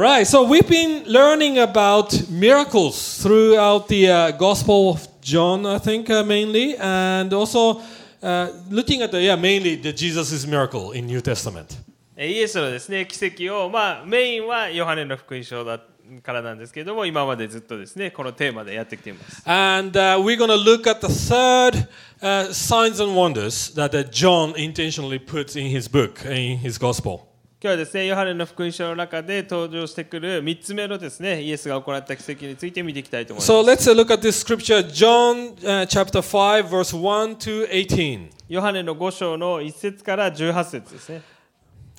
Right, so we've been learning about miracles throughout the uh, Gospel of John, I think, uh, mainly, and also uh, looking at the, yeah, mainly the Jesus' miracle in New Testament. えイエスのですね奇跡を、まあ、メインはヨハネの福音書だからなんですけれども今までずっとですねこのテーマでやってきています And uh, we're going to look at the third uh, signs and wonders that uh, John intentionally puts in his book, in his Gospel. 今日はですねヨハネの福音書の中で登場してくる3つ目のですねイエスが行った奇跡について見ていきたいと思います So let's uh, look at this scripture, John uh, chapter 5, verse 1 to 18. ヨハネの5章の1節から18節ですね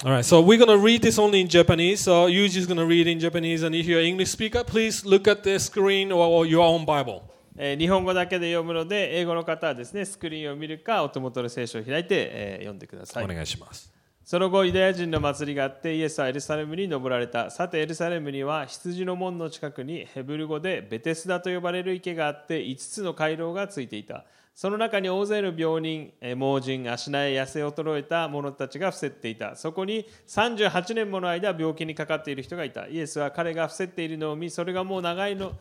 All right, so we're going to read this only in Japanese. So you're just going to read in Japanese. And if you're an English speaker, please look at the screen or, or your own Bible. えー日本語だけで読むので英語の方はですねスクリーンを見るかお手元の聖書を開いて、えー読んでくださいお願いします。その後、ユダヤ人の祭りがあって、イエスはエルサレムに登られた。さて、エルサレムには羊の門の近くにヘブル語でベテスダと呼ばれる池があって、5つの回廊がついていた。その中に大勢の病人、えー盲人、足苗、痩せ衰えた者たちが伏せっていた。そこに38年もの間病気にかかっている人がいた。イエスは彼が伏せっているのを見、それがもう長いの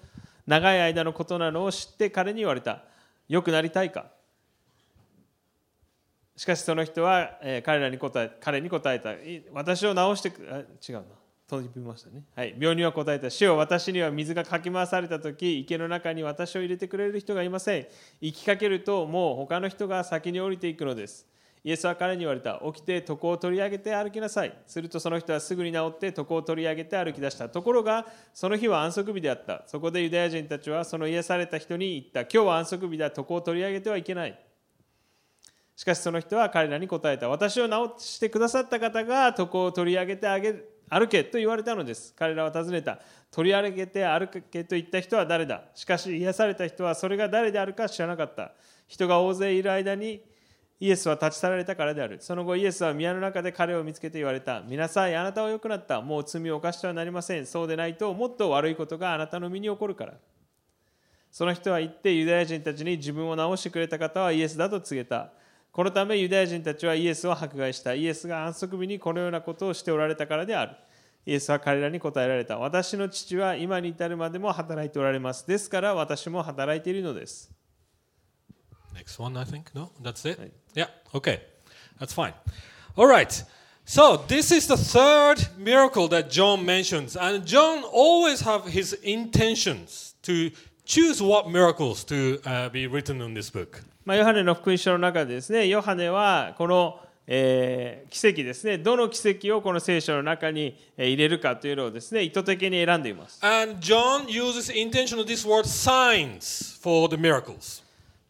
長い間のことなのを知って彼に言われた。良くなりたいかしかしその人は、えー彼らに答え彼に答えたい私を治してくあ違うな飛びましたねはい病人は答えた死を私には水がかき回された時池の中に私を入れてくれる人がいません行きかけるともう他の人が先に降りていくのですイエスは彼に言われた起きて床を取り上げて歩きなさいするとその人はすぐに治って床を取り上げて歩き出したところがその日は安息日であったそこでユダヤ人たちはその癒された人に言った今日は安息日だ床を取り上げてはいけないしかしその人は彼らに答えた。私を治してくださった方が床を取り上げてあげ歩けと言われたのです。彼らは尋ねた。取り上げて歩けと言った人は誰だしかし癒された人はそれが誰であるか知らなかった。人が大勢いる間にイエスは立ち去られたからである。その後イエスは宮の中で彼を見つけて言われた。見なさい、あなたは良くなった。もう罪を犯してはなりません。そうでないともっと悪いことがあなたの身に起こるから。その人は言ってユダヤ人たちに自分を治してくれた方はイエスだと告げた。このためユダヤ人たちはイエスを迫害した。イエスが安息日にこのようなことをしておられたからである。イエスは彼らに答えられた。私の父は今に至るまでも働いておられます。ですから私も働いているのです。 Next one, I think. No, that's it. Right. Yeah, okay. That's fine. All right. So this is the third miracle that John mentions, and John always have his intentions to choose what miracles to uh, be written in this book. まあ、ヨハネの福音書の中でですね、ヨハネはこの、えー奇跡ですね、どの奇跡をこの聖書の中にえー入れるかというのをですね、意図的に選んでいます。 And John uses intentionally this word signs for the miracles.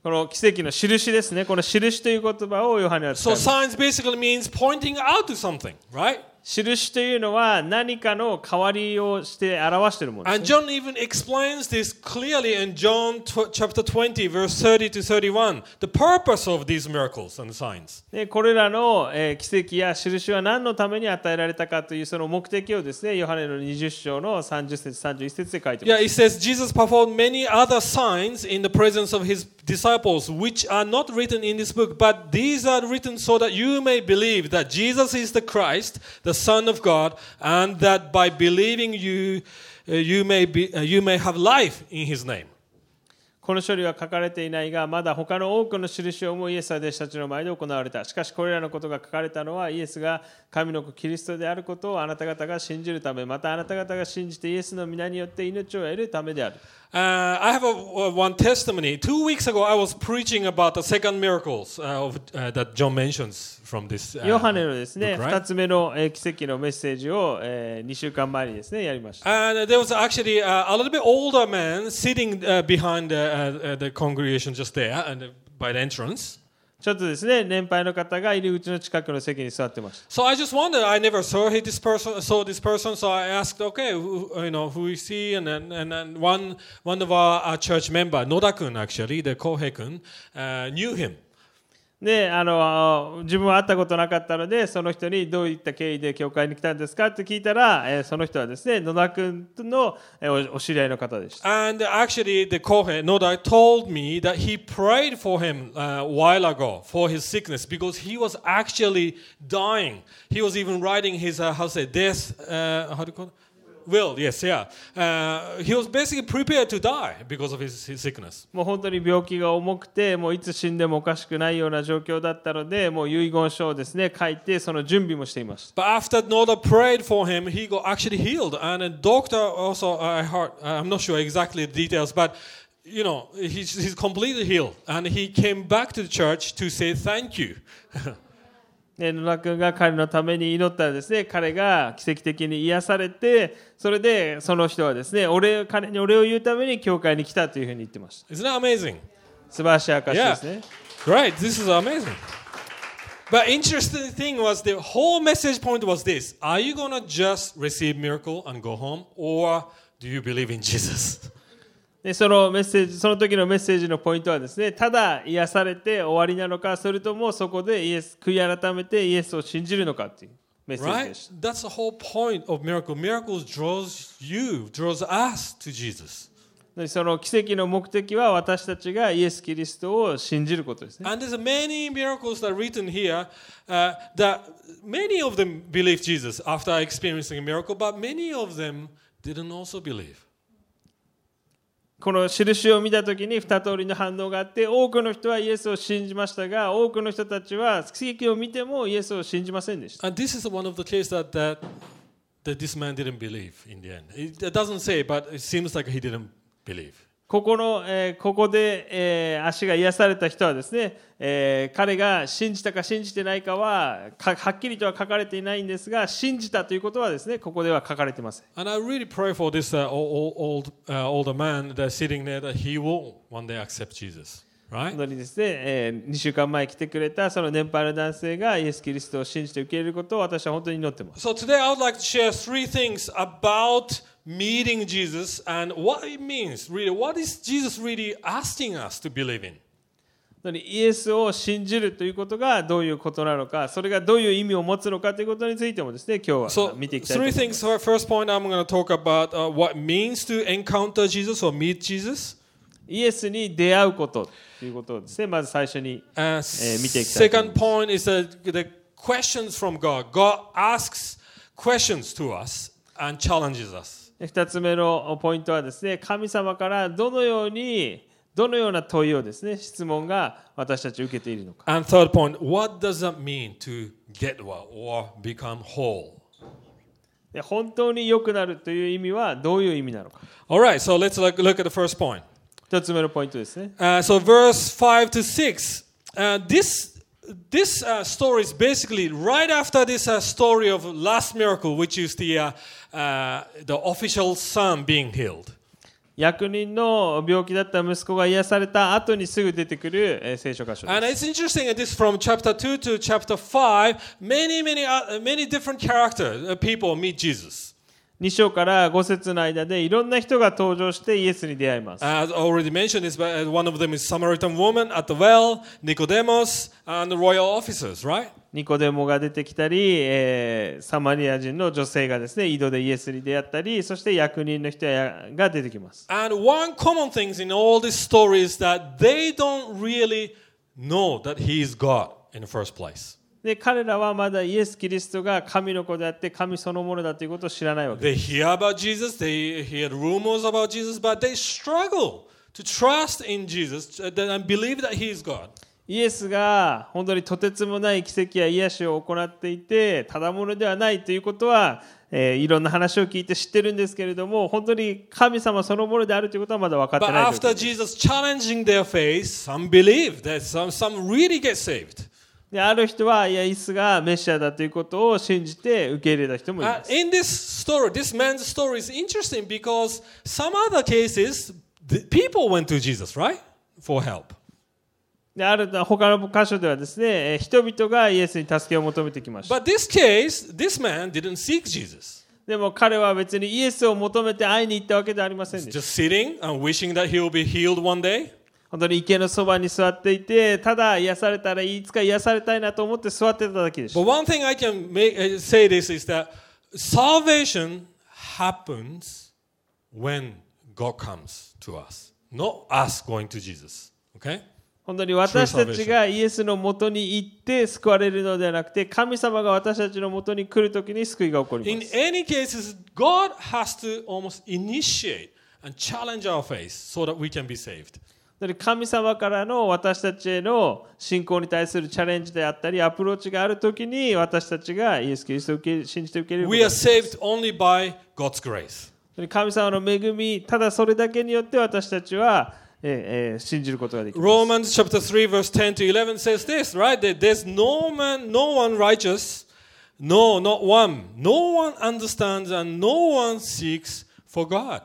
この奇跡の印ですね。この印という言葉をヨハネは使 So います。 signs basically means pointing out to something, right? 印というのは何かの代わりをして表しているものです、 And John ね。even explains this clearly in John tw- chapter 20, verse 30 to 31, the purpose of these miracles and signs. でこれらの、えー奇跡や印は何のために与えられたかというその目的をですね、ヨハネの20章の30節31節で書いていま Yeah, す。 it says Jesus performed many other signs in the presence of his disciples, which are not written in this book, but these are written so that you may believe that Jesus is the Christ, the Son of God, and that by believing you, uh, you may be, uh, you may have life in His name. この処理は書かれていないが、まだ他の多くの印をもイエスは弟子たちの前で行われた。しかし、これらのことが書かれたのは、イエスが神の子キリストであることをあなた方が信じるため、またあなた方が信じてイエスの皆によって命を得るためである。 Uh, I have a, a- one testimony. Two weeks ago, I was preaching about the second miracles uh, of, uh, that John mentions from this. Uh, ヨハネのですね、 book, right? 2つ目のえー奇跡のメッセージを2週間前にですね、やりました。 And there was actually uh, a little bit older man sitting uh, behind the, uh, uh, the congregation just there and uh, by the entrance. ちょっとですね、年配の方が入り口の近くの席に座ってました。 So I just wondered. I never saw he- this person. Saw this person. So I asked, okay, who, you know, who is he? And then and, then one one of our, our church member, Noda-kun, actually, the Kohei-kun, uh, knew him. で、あの、自分は会ったことなかったので、その人にどういった経緯で教会に来たんですかって聞いたら、えーその人はですね、野田君のえーおお知り合いの方でした。 And actually, the Kohen Noda told me that he prayed for him uh, a while ago for his sickness because he was actually dying. He was even writing his, uh, how to say, death, uh, how do you call it? will, yes, yeah. Uh, he was basically prepared to die because of his, his sickness. もう本当に病気が重くて、もういつ死んでもおかしくないような状況だったので、もう遺言書をですね、書いて、その準備もしていました。 But after Noda prayed for him, he got actually healed. And a doctor also, uh, I heard, I'm not sure exactly the details, but you know, he's, he's completely healed. And he came back to the church to say thank you. で野田君が彼のために祈ったらですね、彼が奇跡的に癒されて、それでその人はですね、俺彼に俺を言うために教会に来たというふうに言ってました。 Isn't that amazing? 素晴らしい証ですね。 Right, this is amazing. But interesting thing was the whole message point was this: Are you gonna just receive miracle and go home, or do you believe in Jesus? でそのメッセージその時のメッセージのポイントはですね、ただ癒されて終わりなのか、それともそこでイエス悔い改めてイエスを信じるのかというメッセージで Right? した。 That's the whole point of miracle. Miracles draws you, draws us to Jesus. でその奇跡の目的は私たちがイエス・キリストを信じることですね。 And there's many miracles that are written here uh, that many of them believed Jesus after experiencing a miracle, but many of them didn't also believe. この印を見た時に2通りの反応があって多くの人はイエスを信じましたが多くの人たちは奇跡を見てもイエスを信じませんでした。 And this is one of the cases that, that, that this man didn't believe in the end. It, it doesn't say, but it seems like he didn't believe. ここの、えーここで、えー足が癒された人はですね、えー彼が信じたか信じてないかはかはっきりとは書かれていないんですが信じたということはですねここでは書かれてません。 And I really pray for this uh, old, old uh, older man that's sitting there that he will one day accept Jesus, 本 right? 当にですね、え2週間前来てくれたその年配の男性がイエス・キリストを信じて受け入れることを私は本当に祈ってます。 So today I would like to share three things about meeting Jesus and what it means, really. What is Jesus really asking us to believe in? 本当にイエスを信じるということがどういうことなのか、それがどういう意味を持つのかということについてもですね、今日 So は見ていきたいと思 three います。 things. So first point I'm going to talk about uh, what it means to encounter Jesus or meet Jesus. イエスに出会うことということをですね、まず最初に Uh, 見ていきたいと思いま second point す。is the, the questions from God. God asks questions to us and challenges us. 2つ目のポイントはですね神様からどのようにどのような問いをですね質問が私たち受けているのか And third point, what does that mean to get well or become whole? で本当に良くなるという意味はどういう意味なのか All right, so let's look, look at the first point. 1つ目のポイントですね Uh, so verse 5 to 6. Uh, this this uh, story is basically right after this uh, story of last miracle, which is the, uh, uh, the official son being healed. 役人の病気だった息子が癒された後にすぐ出てくるえー聖書箇所です And it's interesting that this from chapter 2 to chapter 5, many, many, uh, many different characters, uh, people meet Jesus. 2章から5節の間でいろんな人が登場してイエスに出会います As already mentioned, is but uh, one of them is Samaritan woman at the well, Nicodemus, and the royal officers, right? ニコデモが出てきたり、えーサマリア人の女性がですね井戸でイエスに出会ったりそして役人の人やが出てきます And one common thing in all these stories that they don't really know that he is God in the first place. で彼らはまだイエス・キリストが神の子であって神そのものだということを知らないわけです。 They hear about Jesus, they hear rumors about Jesus, but they struggle to trust in Jesus uh, and believe that he is God. イエスが本当にとてつもない奇跡や癒しを行っていてただものではないということは、えーいろんな話を聞いて知ってるんですけれども本当に神様そのものであるということはまだ分かって But ない状 after 況で Jesus す challenging their faith, some believe that some, some really get saved. である人はいやイエスがメシアだということを信じて受け入れた人もい Uh, ます。 in this story, this man's story is interesting because some other cases, the people went to Jesus, right? For help. である他の箇所ではですねえー人々がイエスに助けを求めてきました。 But this case, this man didn't seek Jesus. でも彼は別にイエスを求めて会いに行ったわけではありませんでした。 Just sitting and wishing that he will be healed one day. 本当に池のそばに座っていてただ癒されたらいつか癒されたいなと思って座ってただけでし But た one thing I can make, uh, say this is that salvation happens when God comes to us, not us going to Jesus. Okay? 本当に私たちがイエスのもとに行って救われるのではなくて神様が私たちのもとに来るときに救いが起こり In ます any cases, God has to almost initiate and challenge our faith so that we can be saved. なので神様からの私たちへの信仰に対するチャレンジであったりアプローチがあるときに私たちがイエス・キリストを受け信じて受け入れること We が are saved only by God's grace. 本当に神様の恵みただそれだけによって私たちは、えーえー信じることができます Romans chapter 3 verse 10 to 11 says this, right? That there's no man, no one righteous, no, not one. No one understands and no one seeks for God.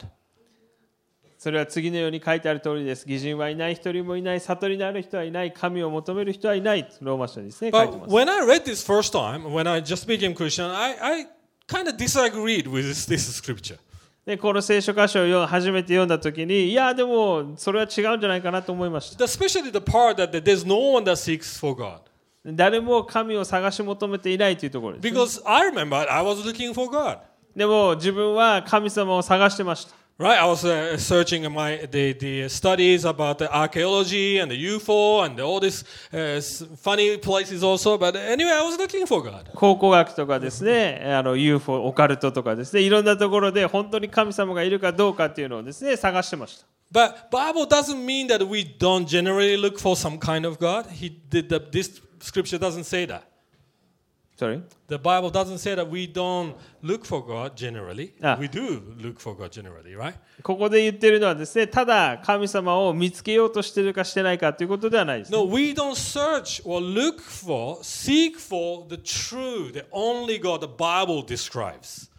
それは次のように書いてある通りです。義人はいない、一人もいない、悟りのある人はいない、神を求める人はいない。ローマ書にですね、書いてま But す。 when I read this first time, when I just became Christian, I, I kind of disagreed with this, this scripture. でこの聖書箇所を読初めて読んだときに、いや、でも、それは違うんじゃないかなと思いました。 Especially the part that, that there's no one that seeks for God. 誰も神を探し求めていないというところです。 Because I remember I was looking for God. でも、自分は神様を探してました。 Right, I was uh, searching my the, the studies about the archaeology and the UFO and all these uh, s- funny places also. But anyway, I was looking for God. 考古学とかですね、あの UFO、オカルトとかですね、いろんなところで本当に神様がいるかどうかっていうのをですね、探してました。 But Bible doesn't mean that we don't generally look for some kind of God. He did the, this scripture doesn't say that. Sorry? The Bible doesn't say that we don't look for God generally. Ah. We do look for God generally, right? ここで言ってるのはですね、ただ神様を見つけようとしてるかしてないかということではないです、ね。 No, we don't search or look for, seek for the true, the only God the Bible describes.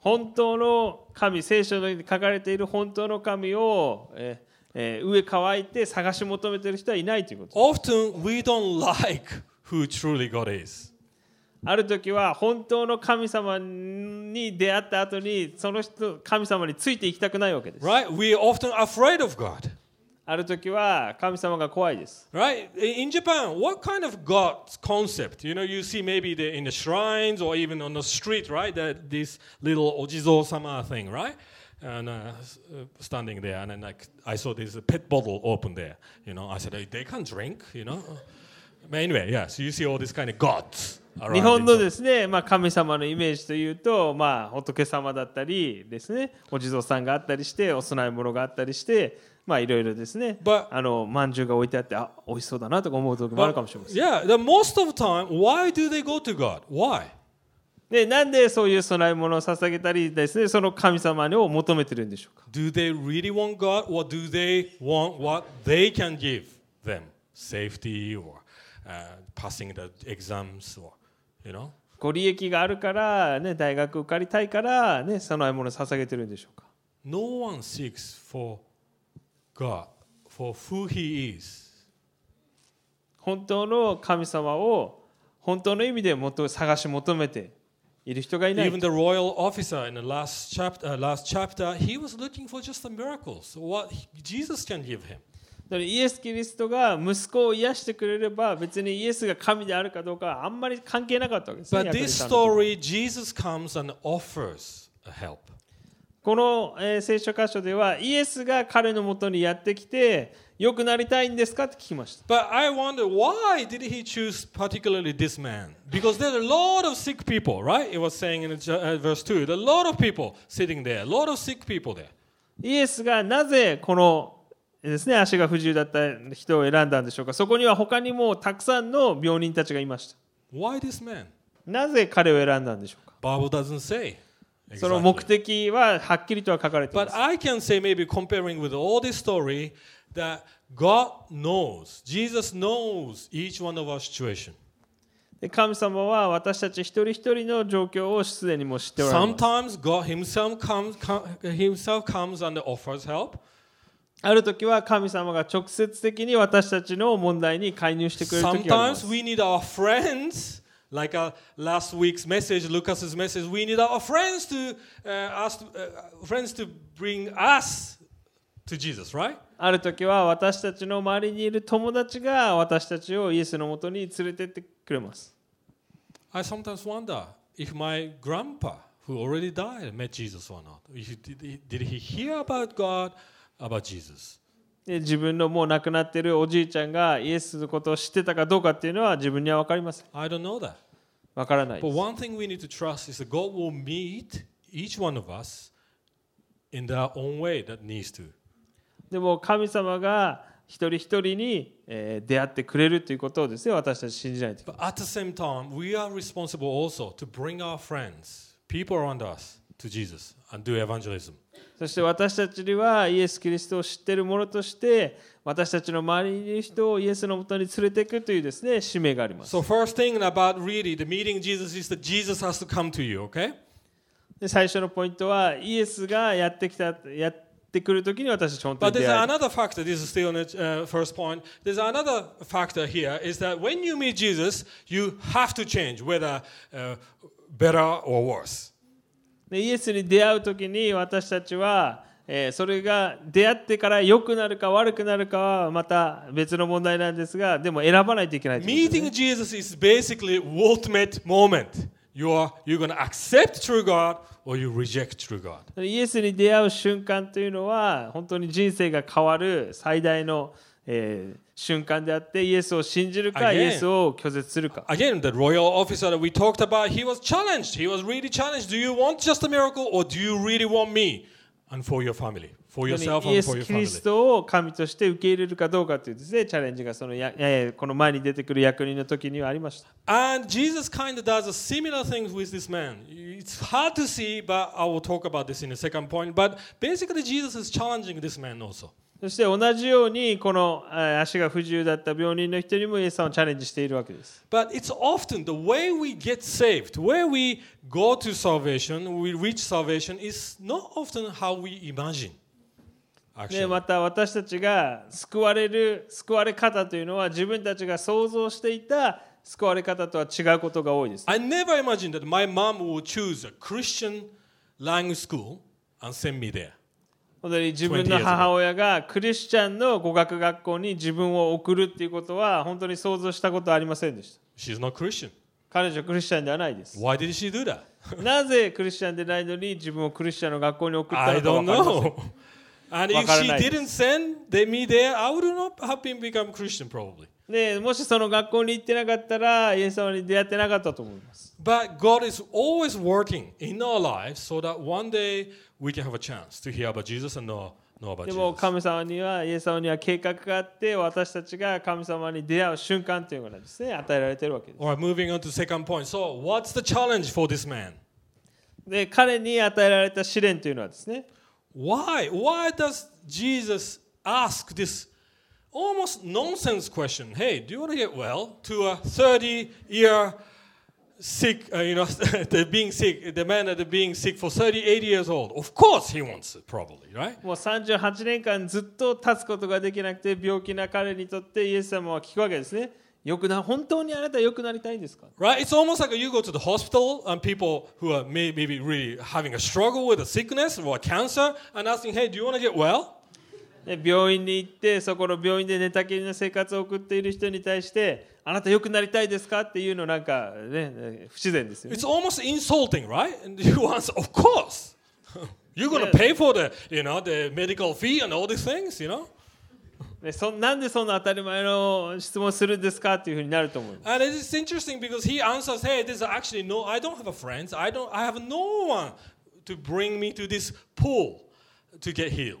本当の神、聖書に書かれている本当の神を、えーえー上乾いて探し求めてる人はいないということ。 Often we don't like who truly God is. ある時は本当の神様に出会った後に、その人、神様についていきたくないわけです。 Right? We are often afraid of God. ある時は神様が怖いです。 Right? In Japan, what kind of God concept? You know, you see maybe the, in the shrines or even on the street, right? That this little ojizo sama thing, right? And uh, s- uh, standing there, and then like I saw this pet bottle open there. You know, I said, "Hey, they can't drink. You know. But anyway, yeah. So you see all this kind of gods 日 around. 本の in ですね、まあ、神様のイメージというと、まあ、仏様だったりですねお地蔵さんがあったりしてお供え物があったりしてまあいろいろですね But- あのまんじゅうが置いてあってあ美味しそうだなとか思う時もあるかもしれま But, せん yeah, the most of the time, why do they go to God? Why? でなんでそういう供え物を捧げたりですねその神様を求めてるんでしょうか Do they really want God or do they want what they can give them? Safety or uh, passing the exams or, you know? ご利益があるから、ね、大学受かりたいから、ね、供え物を捧げてるんでしょうか No one seeks for God, for who He is. 本当の神様を本当の意味でもっと探し求めている人がいない Even the royal officer in the last chapter, uh, last chapter, he was looking for just the miracles, what he- Jesus can give him. だからイエス・キリストが息子を癒してくれれば別にイエスが神であるかどうかはあんまり関係なかったわけですね。 But ヤクルト this さんの時 story, Jesus comes and offers a help. この、えー聖書箇所ではイエスが彼のもとにやってきて良くなりたいんですかって聞きました。 But I wonder why did he choose particularly this man? Because there are a lot of sick people, right? It was saying in uh, verse 2, there are a lot of people sitting there, a lot of sick people there. イエスがなぜこのえーですね、足が不自由だった人を選んだんでしょうかそこには他にもたくさんの病人たちがいました Why this man? なぜ彼を選んだんでしょうか Bible doesn't say. その目的ははっきりとは書かれていま But す I can say maybe comparing with all this story that God knows, Jesus knows each one of our situation. で神様は私たち一人一人の状況をすでにもう知っておられます Sometimes God himself comes, com- himself comes and offers help. ある時は神様が直接的に私たちの問題に介入してくれる時があり Sometimes ます。 we need our friends, like uh, last week's message, Lucas's message. We need our friends to uh, us, uh, friends to bring us to Jesus, right? ある時は私たちの周りにいる友達が私たちをイエスのもとに連れてってくれます。 I sometimes wonder if my grandpa, who already died, met Jesus or not. If he- did, he, did he hear about God, about Jesus? で自分のもう亡くなっているおじいちゃんがイエスのことを知ってたかどうかっていうのは自分には分かりません。 I don't know that. 分からない But です。 one thing we need to trust is that God will meet each one of us in their own way that needs to. でも神様が一人一人にえー出会ってくれるということをですね私たち信じないといけない But at the same time, we are responsible also to bring our friends, people around us, to Jesus and do evangelism. そして私たちにはイエス・キリストを知っている者として私たちの周りにいる人をイエスのもとに連れていくというですね使命があります So first thing about really the meeting Jesus is that Jesus has to come to you, okay? で最初のポイントはイエスがやってきたやってくるときに私たち本当 But there's に出会える another factor. This is still on the uh, first point. There's another factor here is that when you meet Jesus, you have to change, whether uh, better or worse. でイエスに出会うときに私たちは、えーそれが出会ってから良くなるか悪くなるかはまた別の問題なんですがでも選ばないといけないということですね Meeting Jesus is basically ultimate moment. You are you're gonna accept true God or you reject true God. イエスに出会う瞬間というのは本当に人生が変わる最大の、えー瞬間であってイエスを信じるか Again. イエスを拒絶するか Again, the royal officer that we talked about, he was challenged. He was really challenged. Do you want just a miracle or do you really want me? And for your family, for 本 yourself 当にイエ and for ス・ your キリ family. ストを神として受け入れるかどうかというです、ね、チャレンジがそのや、えーこの前に出てくる役人の時にはありました And Jesus kind of does a similar thing with this man. It's hard to see, but I will talk about this in a second point. But basically, Jesus is challenging this man also. そして同じようにこのえー足が不自由だった病人の人にもイエスさんをチャレンジしているわけです But it's often the way we get saved, where we go to salvation, we reach salvation, is not often how we imagine. ね、 Actually, また私たちが救われる救われ方というのは自分たちが想像していた救われ方とは違うことが多いです I never imagined that my mom would choose a Christian language school and send me there. 本当に自分の母親がクリスチャンの語学学校に自分を送るっていうことは本当に想像したことはありませんでした She's not Christian. 彼女クリスチャンではないです Why did she do that? なぜクリスチャンでないのに自分をクリスチャンの学校に送ったの I か don't 分かり know. And if she ませんわからないです。 didn't send the- me there, I would not have been become Christian probably. ねもしその学校に行ってなかったらイエス様に出会ってなかったと思います But God is always working in our lives so that one day we can have a chance to hear about Jesus and know, know about でも Jesus. 神様にはイエス様には計画があって私たちが神様に出会う瞬間というのがですね与えられているわけです。 All right, moving on to second point. So, what's the challenge for this man? で彼に与えられた試練というのはですね Why? Why does Jesus ask this almost nonsense question? Hey, do you want to get well to a 30 year sick, uh, you know, the being sick, the man that is being sick for 38 years old? Of course he wants it, probably, right? もう38年間ずっと立つことができなくて病気な彼にとってイエス様は聞くわけですね。よくな本当にあなた良くなりたいんですか Right? It's almost like you go to the hospital and people who are may- maybe really having a struggle with a sickness or a cancer and asking, hey, do you want to get well? で病院に行ってそこの病院で寝たきりの生活を送っている人に対してあなた良くなりたいですかっていうのなんかね不自然ですよね It's almost insulting, right? And you answer, of course. You're going to pay for the, you know, the medical fee and all these things, you know? でそなんでそんな当たり前の質問するんですかっていうふうになると思います And it is interesting because he answers, hey, there's actually no, I don't have a friends. I don't, I have no one to bring me to this pool to get healed.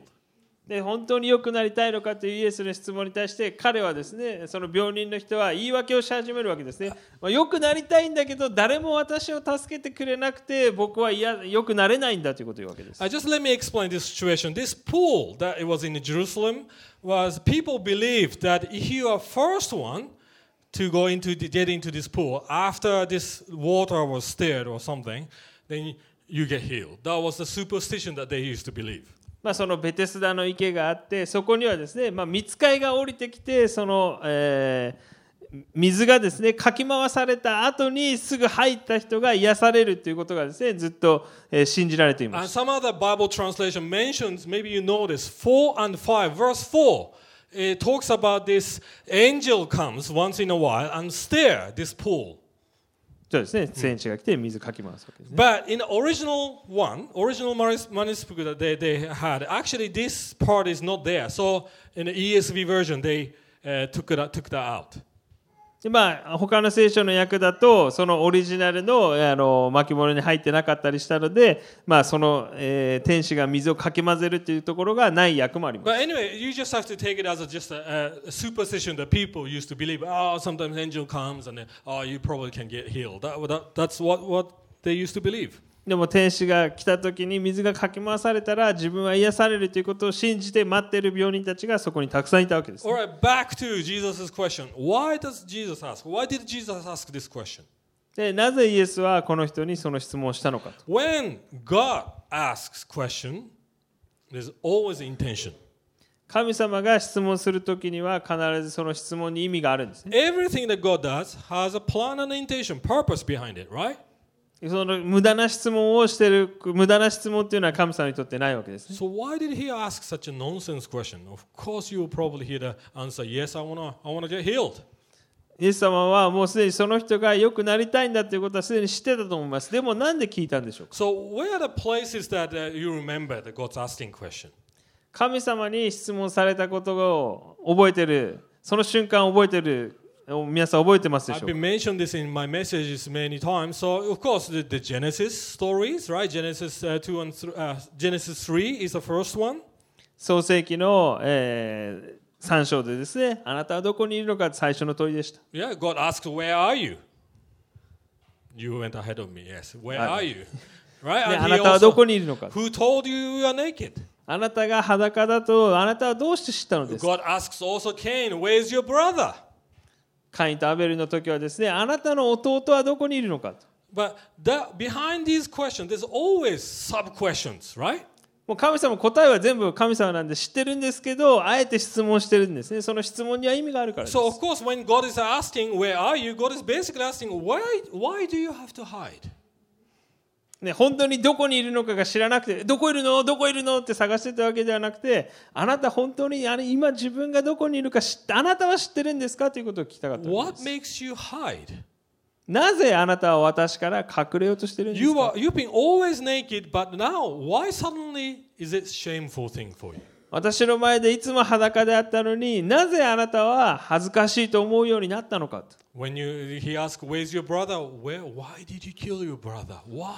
で本当に良くなりたいのかというイエスの質問に対して彼はですねその病人の人は言い訳をし始めるわけですね、まあ、良くなりたいんだけど誰も私を助けてくれなくて僕はいや良くなれないんだということを言うわけです Uh, just let me explain this situation. This pool that it was in Jerusalem was people believed that if you are first one to go into the, get into this pool after this water was stirred or something, then you get healed. That was the superstition that they used to believe. まあ、そのベテスダの池があってそこにはですね、まあ、見つかいが降りてきてその、えー水がですねかき回された後にすぐ入った人が癒されるということがですねずっと、えー信じられています And some other Bible translation mentions, maybe you notice, 4 and 5, verse 4. It talks about this angel comes once in a while and stir this pool. そうですね、戦士が来て水かき回すわけですね。 But in the original one, original manus- manuscript that they, they had, actually this part is not there. So in the ESV version, they uh, took, it, out- took that out. でまあ、他の聖書の訳だと、そのオリジナルのあの巻物に入ってなかったりしたので、まあ、その、えー天使が水をかき混ぜるというところがない訳もあります。 But anyway, you just have to take it as a, just a, a superstition that people used to believe. Oh, sometimes angel comes and then, oh, you probably can get healed. That, that, that's what, what they used to believe. でも天使が来た時に水がかき回されたら自分は癒されるということを信じて待っている病人たちがそこにたくさんいたわけです All。right, back to Jesus' question. Why does Jesus ask? Why did Jesus ask this question? でなぜイエスはこの人にその質問をしたのかと。 When God asks question, there's always intention. 神様が質問する時には必ずその質問に意味があるんですね。 Everything that God does has a plan and intention, purpose behind it, right? その無駄な質問をしている無駄な質問っていうのは神様にとってないわけですね。 So why did he ask such a nonsense question? Of course you will probably hear the answer, yes, I wanna I wanna get healed. イエス様はもうすでにその人が良くなりたいんだということはすでに知ってたと思います。でもなんで聞いたんでしょうか So where are the places that uh, you remember that God's asking question? 神様に質問されたことを覚えてる、その瞬間覚えてる、皆さん覚えてますでしょ I've うか been mentioned this in my messages many times. So of course the, the Genesis stories, right? Genesis uh, two and th- uh, Genesis three is the first one. 創世記の、え3章でですね、あなたはどこにいるのか最初の問いでした。 Yeah, God asked, Where are you? You went ahead of me, yes. Where Right. are you? Right? ね、あ he なたは also- どこにいるのか。 Who told you you are naked? あなたが裸だと、あなたはどうして知ったのですか God asks also Cain, Where's your brother? カインとアベルの時はですね、あなたの弟はどこにいるのかと。 But that, behind these questions, there's always sub questions, right? もう神様答えは全部神様なんで知ってるんですけど、あえて質問してるんですね。その質問には意味があるからです。 So, of course, when God is asking, Where are you? God is basically asking, Why, why do you have to hide? ね、本当にどこにいるのかが知らなくて、どこいるのどこいるのって探してたわけではなくて、あなた本当にあれ今自分がどこにいるか知って、あなたは知ってるんですかということを聞きたかったわけ What です。 makes you hide? なぜあなたは私から隠れようとしてるんです You か are, you've been always naked, but now why suddenly is it shameful thing for you? 私の前でいつも裸であったのになぜあなたは恥ずかしいと思うようになったのかと When you he asked, "Where's your brother? Where? Why did you kill your brother? Why?"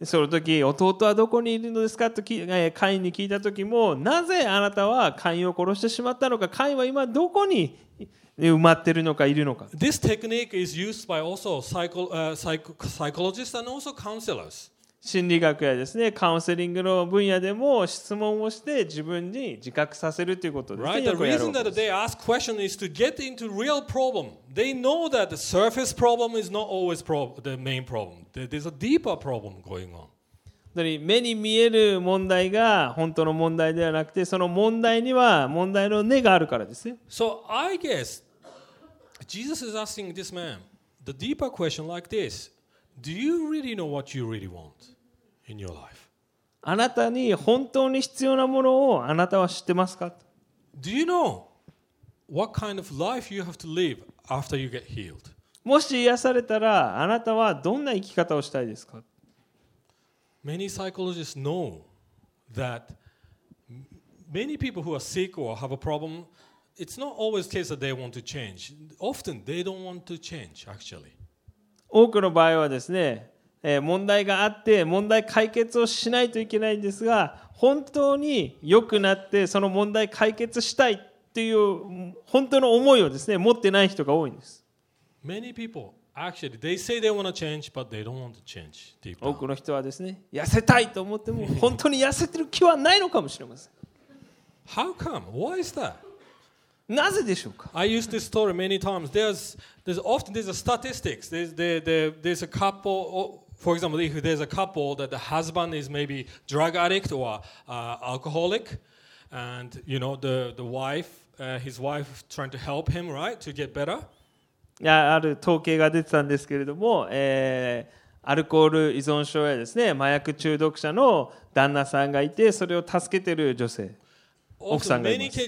でその時弟はどこにいるのですかときえーカインに聞いた時もなぜあなたはカインを殺してしまったのかカインは今どこにえー埋まってるのかいるのか This technique is used by also psycho, uh, psycho, psychologists and also counselors. 心理学やですねカウンセリングの分野でも質問をして自分に自覚させるということですね Right? よ The くやろう reason that they ask question is to get into real problem. They know that the surface problem is not always prob- the main problem. There- There's a deeper problem going on. 本当に目に見える問題が本当の問題ではなくてその問題には問題の根があるからですね So I guess Jesus is asking this man the deeper question like this: Do you really know what you really want in your life? あなたに本当に必要なものをあなたは知ってますか Do you know what kind of life you have to live after you get healed? もし癒されたらあなたはどんな生き方をしたいですか Many psychologists know that m- many people who are sick or have a problem, it's not always the case that they want to change. Often they don't want to change, actually. 多くの場合はですね、えー問題があって問題解決をしないといけないんですが本当に良くなってその問題解決したいっていう本当の思いをですね持ってない人が多いんです Many people actually they say they want to change, but they don't want to change deep 多 down. くの人はですね痩せたいと思っても本当に痩せてる気はないのかもしれません How come? Why is that? なぜでしょうか I use this story many times. There's, there's often there's a statistics. There's, there, there, there's a couple. Or, for example, if there's a couple that the husband is maybe drug addict or uh, alcoholic, and you know the the wife, uh, his wife trying to help him right to get better. いやある統計が出てたんですけれども、えーアルコール依存症やですね麻薬中毒者の旦那さんがいてそれを助けてる女性 Often, 奥さんがいます。 many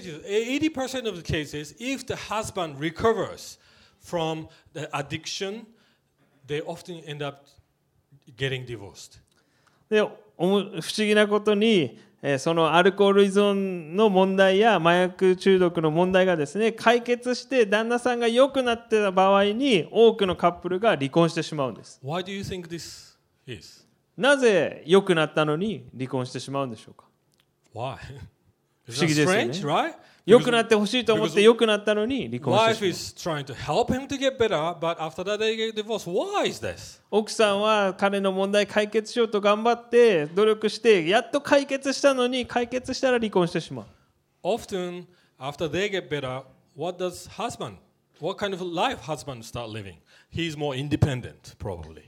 cases, 80% of the cases, if the husband recovers from the addiction, they often end up getting divorced. でおも不思議なことに、えーそのアルコール依存の問題や麻薬中毒の問題がですね解決して旦那さんが良くなってた場合に多くのカップルが離婚してしまうんです Why do you think this is? なぜ良くなったのに離婚してしまうんでしょうか Why? It's 不思議ですよね。 strange, right? 良くなってほしいと思って because- 良くなったのに離婚して Wife しまう is trying to help him to get better, but after that they get divorced. Why is this? 奥さんは彼の問題解決しようと頑張って努力してやっと解決したのに解決したら離婚してしまう Often after they get better, what does husband? What kind of life husband start living? He's more independent, probably.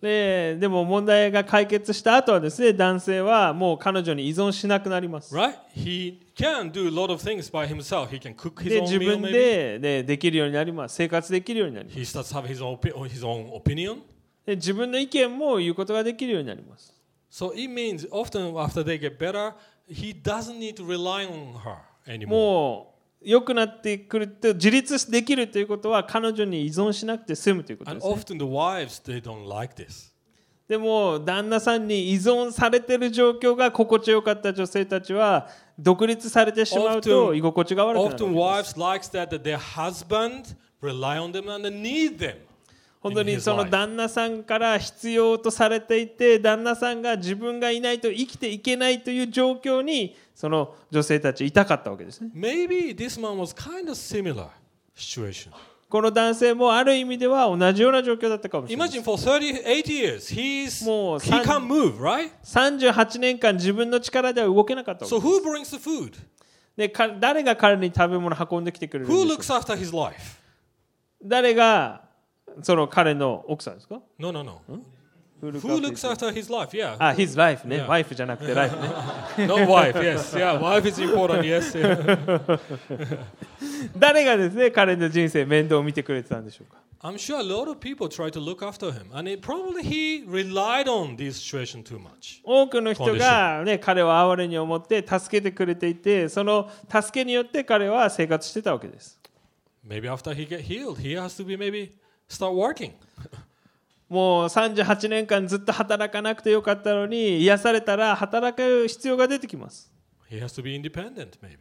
ででも問題が解決した後はですね男性はもう彼女に依存しなくなります。 Right? He can do a lot of things by himself. He can cook his で own 自 meal 分 maybe. ででできるようになります生活できるようになります He starts having his own, opi- his own opinion. で自分の意見も言うことができるようになります So it means often after they get better, he doesn't need to rely on her anymore. もう良くなってくると自立できるということは彼女に依存しなくて済むということ And です、ね、 often the wives, they don't like this. でも旦那さんに依存されてる状況が心地よかった女性たちは独立されてしまうと Often- 居心地が悪くなる Often wives likes that, that their husband rely on them and they need them. 本当にその旦那さんから必要とされていて旦那さんが自分がいないと生きていけないという状況にその女性たちいたかったわけですね Maybe this man was kind of similar situation. この男性もある意味では同じような状況だったかもしれない Imagine for 38 years, he's, More he sun- can't move, right? 38年間自分の力では動けなかったわけ So who brings the food? でか誰が彼に食べ物を運んできてくれるん Who でしょう looks after his life? 誰がその彼の奥さんですか No, no, no. Who look Who after looks his- after his life? Yeah. あ、his life ね。 Yeah. ワイフじゃなくて life ね。 No wife, yes. Yeah, wife is important, yes. yeah. 誰がですね、彼の人生面倒を見てくれてたんでしょうか I'm sure a lot of people try to look after him. And it, probably he relied on this situation too much. 多くの人が、ね、彼を哀れに思って助けてくれていてその助けによって彼は生活してたわけです Maybe after he get healed, he has to be maybe start working. もう38年間ずっと働かなくてよかったのに癒されたら働く必要が出てきます He has to be independent, maybe.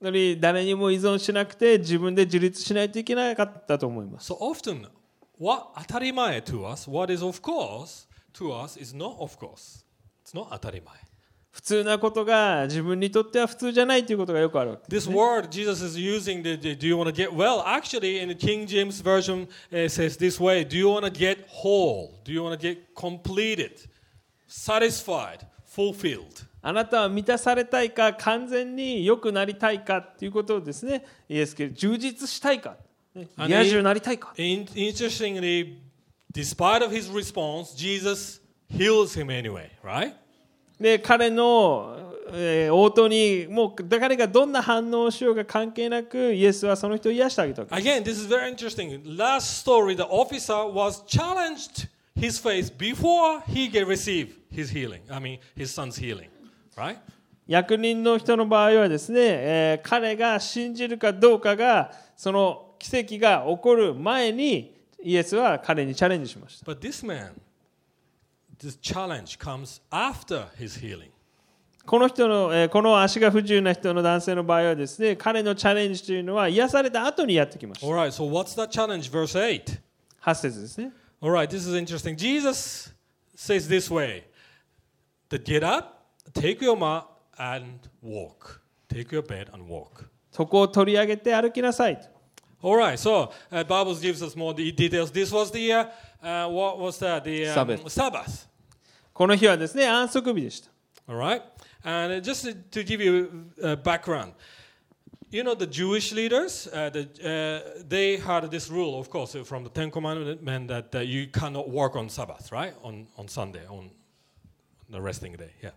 のに誰にも依存しなくて自分で自立しないといけなかったと思います So often, what atarimae to us, what is of course to us, is not of course. It's not atarimae. 普通なことが自分にとっては普通じゃないということがよくあるわけです This word Jesus is using, the, the, do you want to get well? Actually, in the King James Version, it says this way Do you want to get whole? Do you want to get completed, satisfied, fulfilled? あなたは満たされたいか完全に良くなりたいかということをですねイエスけど充実したいかねあの癒しになりたいか In, interestingly, despite of his response, Jesus heals him anyway, right? で彼の、えー応答にもう誰がどんな反応をしようが関係なくイエスはその人を癒してあげたわけ Again, this is very interesting. Last story, the officer was challenged his faith before he get receive his healing. I mean, his son's healing, right? 役人の人の場合はですね、えー彼が信じるかどうかがその奇跡が起こる前にイエスは彼にチャレンジしました But this man, this challenge comes after his healing. この人の、えーこの足が不自由な人の男性の場合はですね彼のチャレンジというのは癒された後にやってきました All right. So what's that challenge? Verse eight. 8節ですね All right. This is interesting. Jesus says this way: "That get up, take your mat, and walk. Take your bed and walk." そこを取り上げて歩きなさいと All right, so uh, Bible gives us more de- details. This was the uh, uh, what was that? The um, Sabbath. Sabbath. この日はですね安息日でした All right, and uh, just to, to give you uh, background, you know the Jewish leaders, uh, the, uh, they had this rule, of course, uh, from the Ten Commandments that uh, you cannot work on Sabbath, right? On on Sunday, on the resting day. Yeah.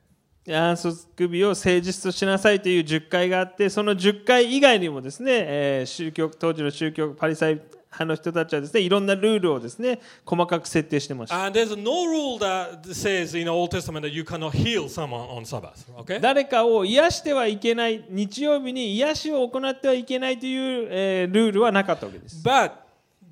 安息日を誠実としなさいという10回があってその10回以外にもですね、えー宗教当時の宗教パリサイ派の人たちはですねいろんなルールをですね細かく設定してました And there's no rule that says in the Old Testament that you cannot heal someone on Sabbath. Okay. 誰かを癒してはいけない日曜日に癒しを行ってはいけないという、えールールはなかったわけです But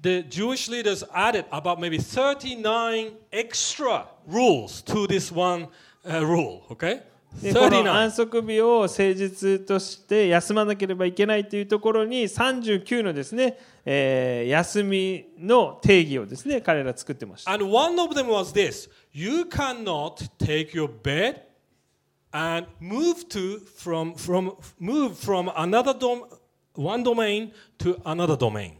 the Jewish leaders added about maybe 39 extra rules to this one uh, rule, okay? でこの 39. 安息日を誠実として休まなければいけないというところに39のですね、えー休みの定義をですね彼ら作ってました。 And one of them was this you cannot take your bed and move to from from move from another dom one domain to another domain.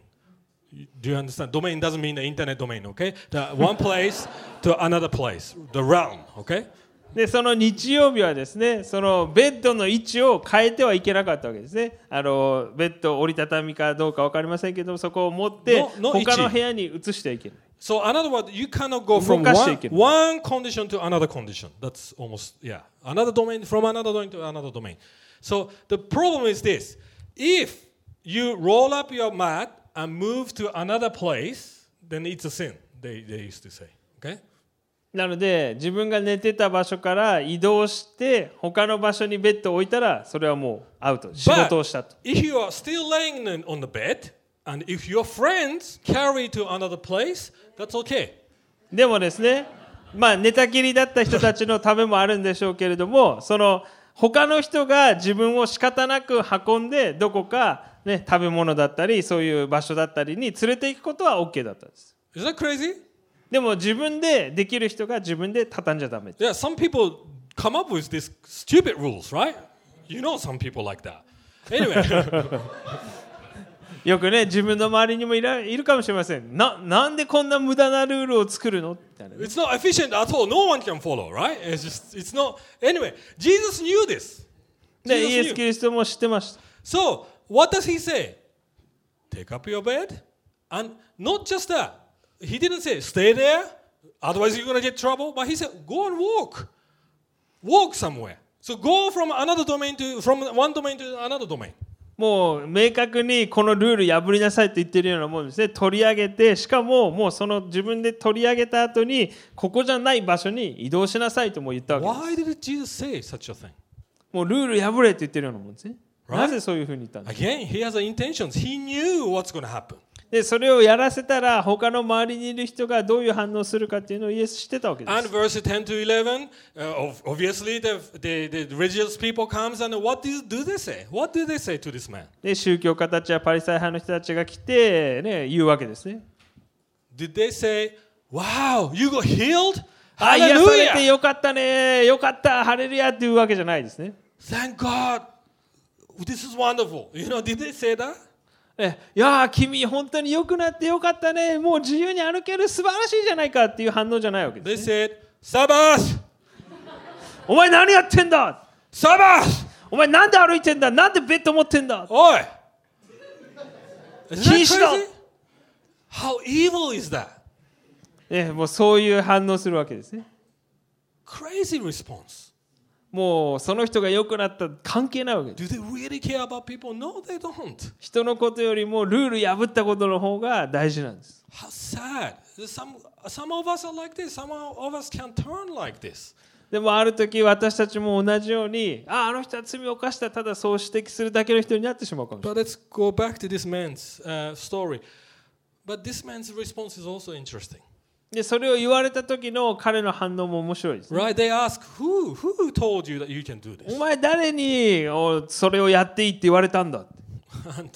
Do you understand? Domain doesn't mean the internet domain, okay? The one place to another place, the realm, okay? でその日曜日はですねそのベッドの位置を変えてはいけなかったわけですねあのベッド折りたたみかどうか分かりませんけどそこを持ってのの位置他の部屋に移してはいけない So another word, you cannot go from one, 動かしていけない。 one condition to another condition. That's almost yeah. Another domain from another domain to another domain. So the problem is this: if you roll up your mat and move to another place, then it's a sin. They they used to say. Okay. なので自分が寝てた場所から移動して他の場所にベッドを置いたらそれはもうアウト仕事をしたと if you are still laying in- on the bed, and if your friends carry to another place, that's okay. でもですねまあ寝たきりだった人たちのためもあるんでしょうけれどもその他の人が自分を仕方なく運んでどこか、ね、食べ物だったりそういう場所だったりに連れていくことは OK だったんです Is that crazy? でも自分でできる人が自分で畳んじゃダメ Yeah, some people come up with these stupid rules, right? You know some people like that. Anyway, よくね自分の周りにもいらいるかもしれませんななんでこんな無駄なルールを作るのみたいなね it's not efficient at all. No one can follow, right? It's just it's not anyway, Jesus knew this. でイエ Jesus ス・キ knew. リストも知ってました So what does he say? Take up your bed and not just that. He didn't say stay there, otherwise you're gonna get trouble, but he said go and walk. Walk somewhere. So go from another domain to from one domain to another domain. もう明確にこのルール破りなさいと言ってるようなもんですね取り上げてしかももうその自分で取り上げた後にここじゃない場所に移動しなさいとも言ったわけです Why did Jesus say such a thing? もうルール破れと言ってるようなもんですね Right. なぜそういうふうに言ったんですか Again, he has intentions. He knew what's going to happen. でそれをやらせたら他の周りにいる人がどういう反応するかっていうのをイエス知ってたわけで And す verse 10 to 11, uh, ob- obviously the, the, the religious people comes and what do, do they say? What do they say to this man? で宗教家たちやパリサイ派の人たちが来て、ね、言うわけですね Did they say, wow, you got healed? あ癒されて Hallelujah! よかったねよかったハレルヤっていうわけじゃないですね Thank God. This is wonderful. You know, did they say that? えいやー君本当に良くなってよかったねもう自由に歩ける素晴らしいじゃないかっていう反応じゃないわけで They す、ね、 said, Sabbath! お前何やってんだ Sabbath! お前なんで歩いてんだなんでベッド持ってんだ Oi! Isn't that 禁止だ。 crazy? How evil is that? えもうそういう反応するわけですね Crazy response. もうその人が良くなった関係ないわけです Do they really care about people? No, they don't. 人のことよりもルール破ったことの方が大事なんです How sad. Some, some of us are like this. Some of us can turn like this. でもある時私たちも同じようにああの人は罪を犯したただそう指摘するだけの人になってしまうかもしれない But let's go back to this man's uh, story. But this man's response is also interesting. でそれを言われた時の彼の反応も面白いですね Right? They ask, who, who told you that you can do お this? 前誰におそれをやっていいって言われたんだって And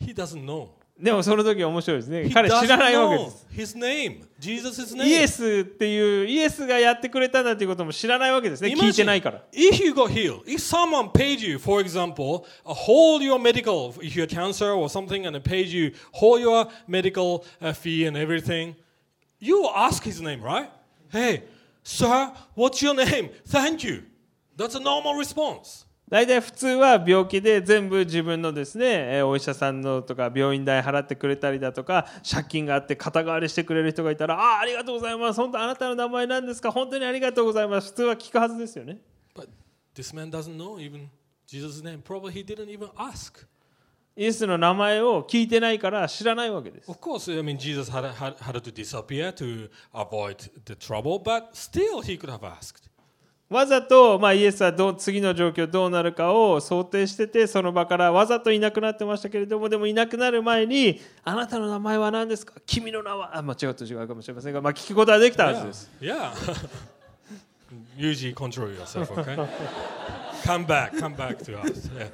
he doesn't know. でもその時は面白いですね He 彼知 doesn't らないわけで know す his name, Jesus' イエ name. スっていうイエスがやってくれたんだっていうことも知らないわけですね聞いてないから if you got healed, if someone paid you, for example, a whole your medical, if you had cancer or something, and they paid you whole your medical uh, fee and everything, you will ask his name, right? Hey, sir, what's your name? Thank you. That's a normal response. 大体普通は病気で全部自分のですねえーお医者さんのとか病院代払ってくれたりだとか借金があって肩代わりしてくれる人がいたらああありがとうございます本当あなたの名前なんですか本当にありがとうございます普通は聞くはずですよね But this man doesn't know even Jesus' name. Probably he didn't even ask. イエスの名前を聞いてないから知らないわけです Of course, I mean, Jesus had, had, had to disappear to avoid the trouble, but still he could have asked. わざと、まあ、イエスはどう次の状況どうなるかを想定しててその場からわざといなくなってましたけれどもでもいなくなる前にあなたの名前は何ですか君の名はあ、まあ、違うと違うかもしれませんが、まあ、聞くことはできたはず Yeah. です yeah. Usually control yourself, okay? come back, come back to us. Yeah.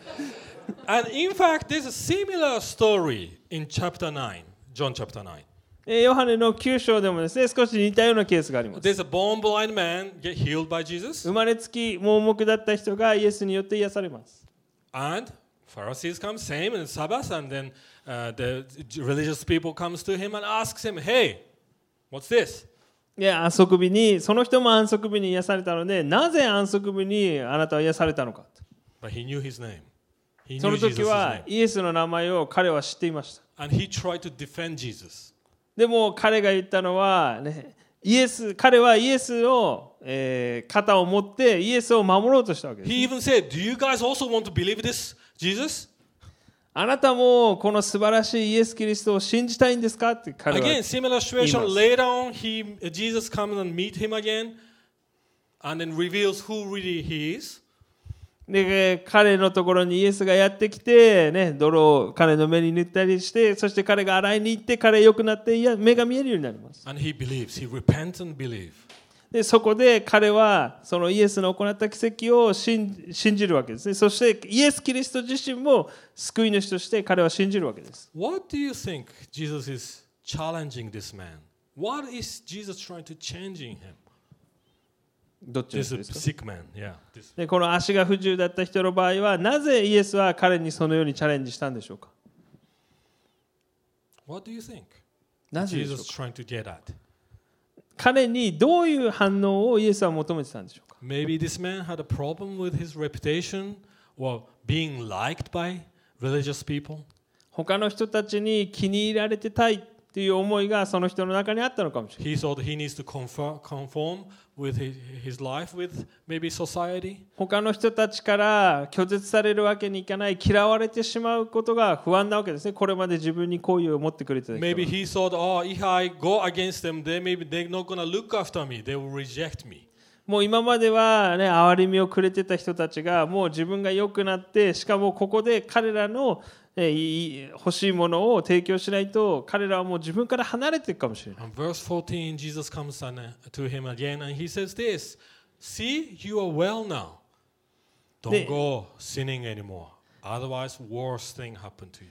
And in fact, there's a similar story in chapter 9, John chapter 9. えーヨハネの9章でもですね少し似たようなケースがあります There's a born blind man get healed by Jesus, 生まれつき盲目だった人がイエスによって癒されます and Pharisees come, same in Sabbath, and then uh, the religious people comes to him and asks him, "Hey, what's this?" で安息日にその人も安息日に癒されたのでなぜ安息日にあなたは癒されたのかと But he knew his name. He そ knew の Jesus' 時 name, はイエスの名前を彼は知っていました and he tried to defend Jesus. でも彼が言ったのは、ね、イエス彼はイエスを、えー肩を持ってイエスを守ろうとしたわけです He even said, Do you guys also want to believe this, Jesus? あなたもこの素晴らしいイエス・キリストを信じたいんですかって彼は Again, similar situation. Emaus. Later on, he, uh, Jesus comes and meet him again and then reveals who really he is. でえー彼のところにイエスがやってきて、ね、泥を彼の目に塗ったりしてそして彼が洗いに行って彼良くなっていや目が見えるようになります And he believes. He repents and believes. でそこで彼はそのイエスの行った奇跡を信信じるわけですねそしてイエス・キリスト自身も救い主として彼は信じるわけです What do you think Jesus is challenging this man? What is Jesus trying to change in him? どっちの This 人ですか sick man, yeah. This. でこの足が不自由だった人の場合はなぜイエスは彼にそのようにチャレンジしたんでしょうか What do you think なぜでしょう Jesus か trying to get at? 彼にどういう反応をイエスは求めてたんでしょうか Maybe this man had a problem with his reputation or being liked by religious people. 他の人たちに気に入られてたいっていう思いがその人の中にあったのかもしれない He thought he needs to conform, conform with his, his life with maybe society. 他の人たちから拒絶されるわけにいかない嫌われてしまうことが不安なわけですねこれまで自分に好意を持ってくれてた人が Maybe he thought, oh, if I go against them, they maybe they're not gonna look after me. They will reject me. もう今まではね憐れみをくれてた人たちがもう自分が良くなってしかもここで彼らのえーいい欲しいものを提供しないと彼らはもう自分から離れていくかもしれない And verse 14, Jesus comes and, uh, to him again, and he says this: "See, you are well now. Don't The- go sinning anymore. Otherwise, worse thing happen to you."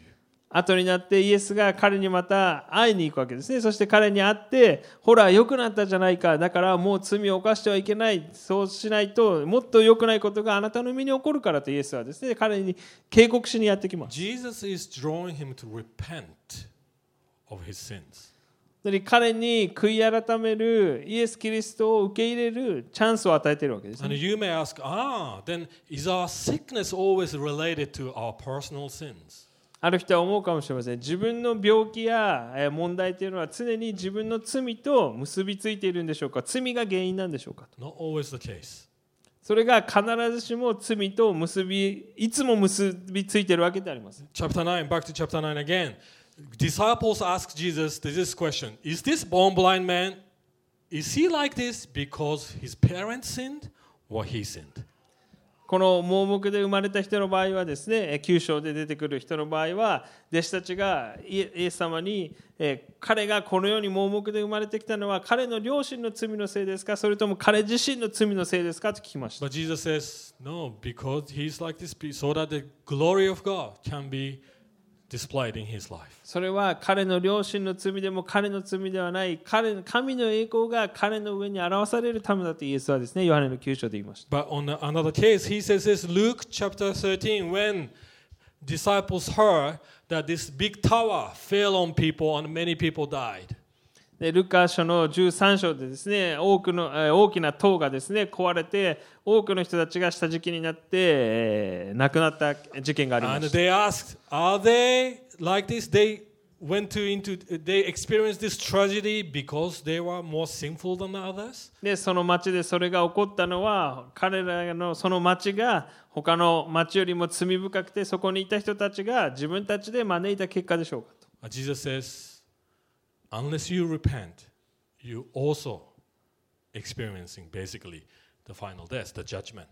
後になってイエスが彼にまた会いに行くわけですねそして彼に会ってほら良くなったじゃないかだからもう罪を犯してはいけないそうしないともっと良くないことがあなたの身に起こるからとイエスはですね彼に警告しにやってきます Jesus is drawing him to repent of his sins. つまり彼に悔い改めるイエス・キリストを受け入れるチャンスを与えているわけです、ね And。you may ask, ah, then is our sickness always related to our personal sins? ある人は思うかもしれません。自分の病気やえー問題というのは常に自分の罪と結びついているんでしょうか罪が原因なんでしょうか Not always the case. それが必ずしも罪と結び、いつも結びついているわけではありません。 Chapter 9, back to chapter 9 again. Disciples ask Jesus this question Is this born blind man? Is he like this because his parents sinned or he sinned? この盲目で生まれた人の場合はですね、えー九章で出てくる人の場合は、弟子たちがイエイエス様に、えー彼がこのように盲目で生まれてきたのは、彼の両親の罪のせいですか、それとも彼自身の罪のせいですかと聞きました。 But Jesus says, No, because he's like this, be- so that the glory of God can be displayed in his life. それは彼の両親の罪でも彼の罪ではない、彼神の栄光が彼の上に表されるためだとイエスはですね、ヨハネの九章で言いました。 But on another case, he says this Luke chapter 13, when disciples heard that this big tower fell on people and many people died. でルカ書の13章でですね多くのえー大きな塔がですね壊れて多くの人たちが下敷きになって、えー亡くなった事件がありま And した。 they asked, Are they like this? They went to into they experienced this tragedy because they were more sinful than others? でその町でそれが起こったのは彼らのその町が他の町よりも罪深くてそこにいた人たちが自分たちで招いた結果でしょうかと。 And Jesus says, Unless you repent, you also experiencing basically the final death, the judgment.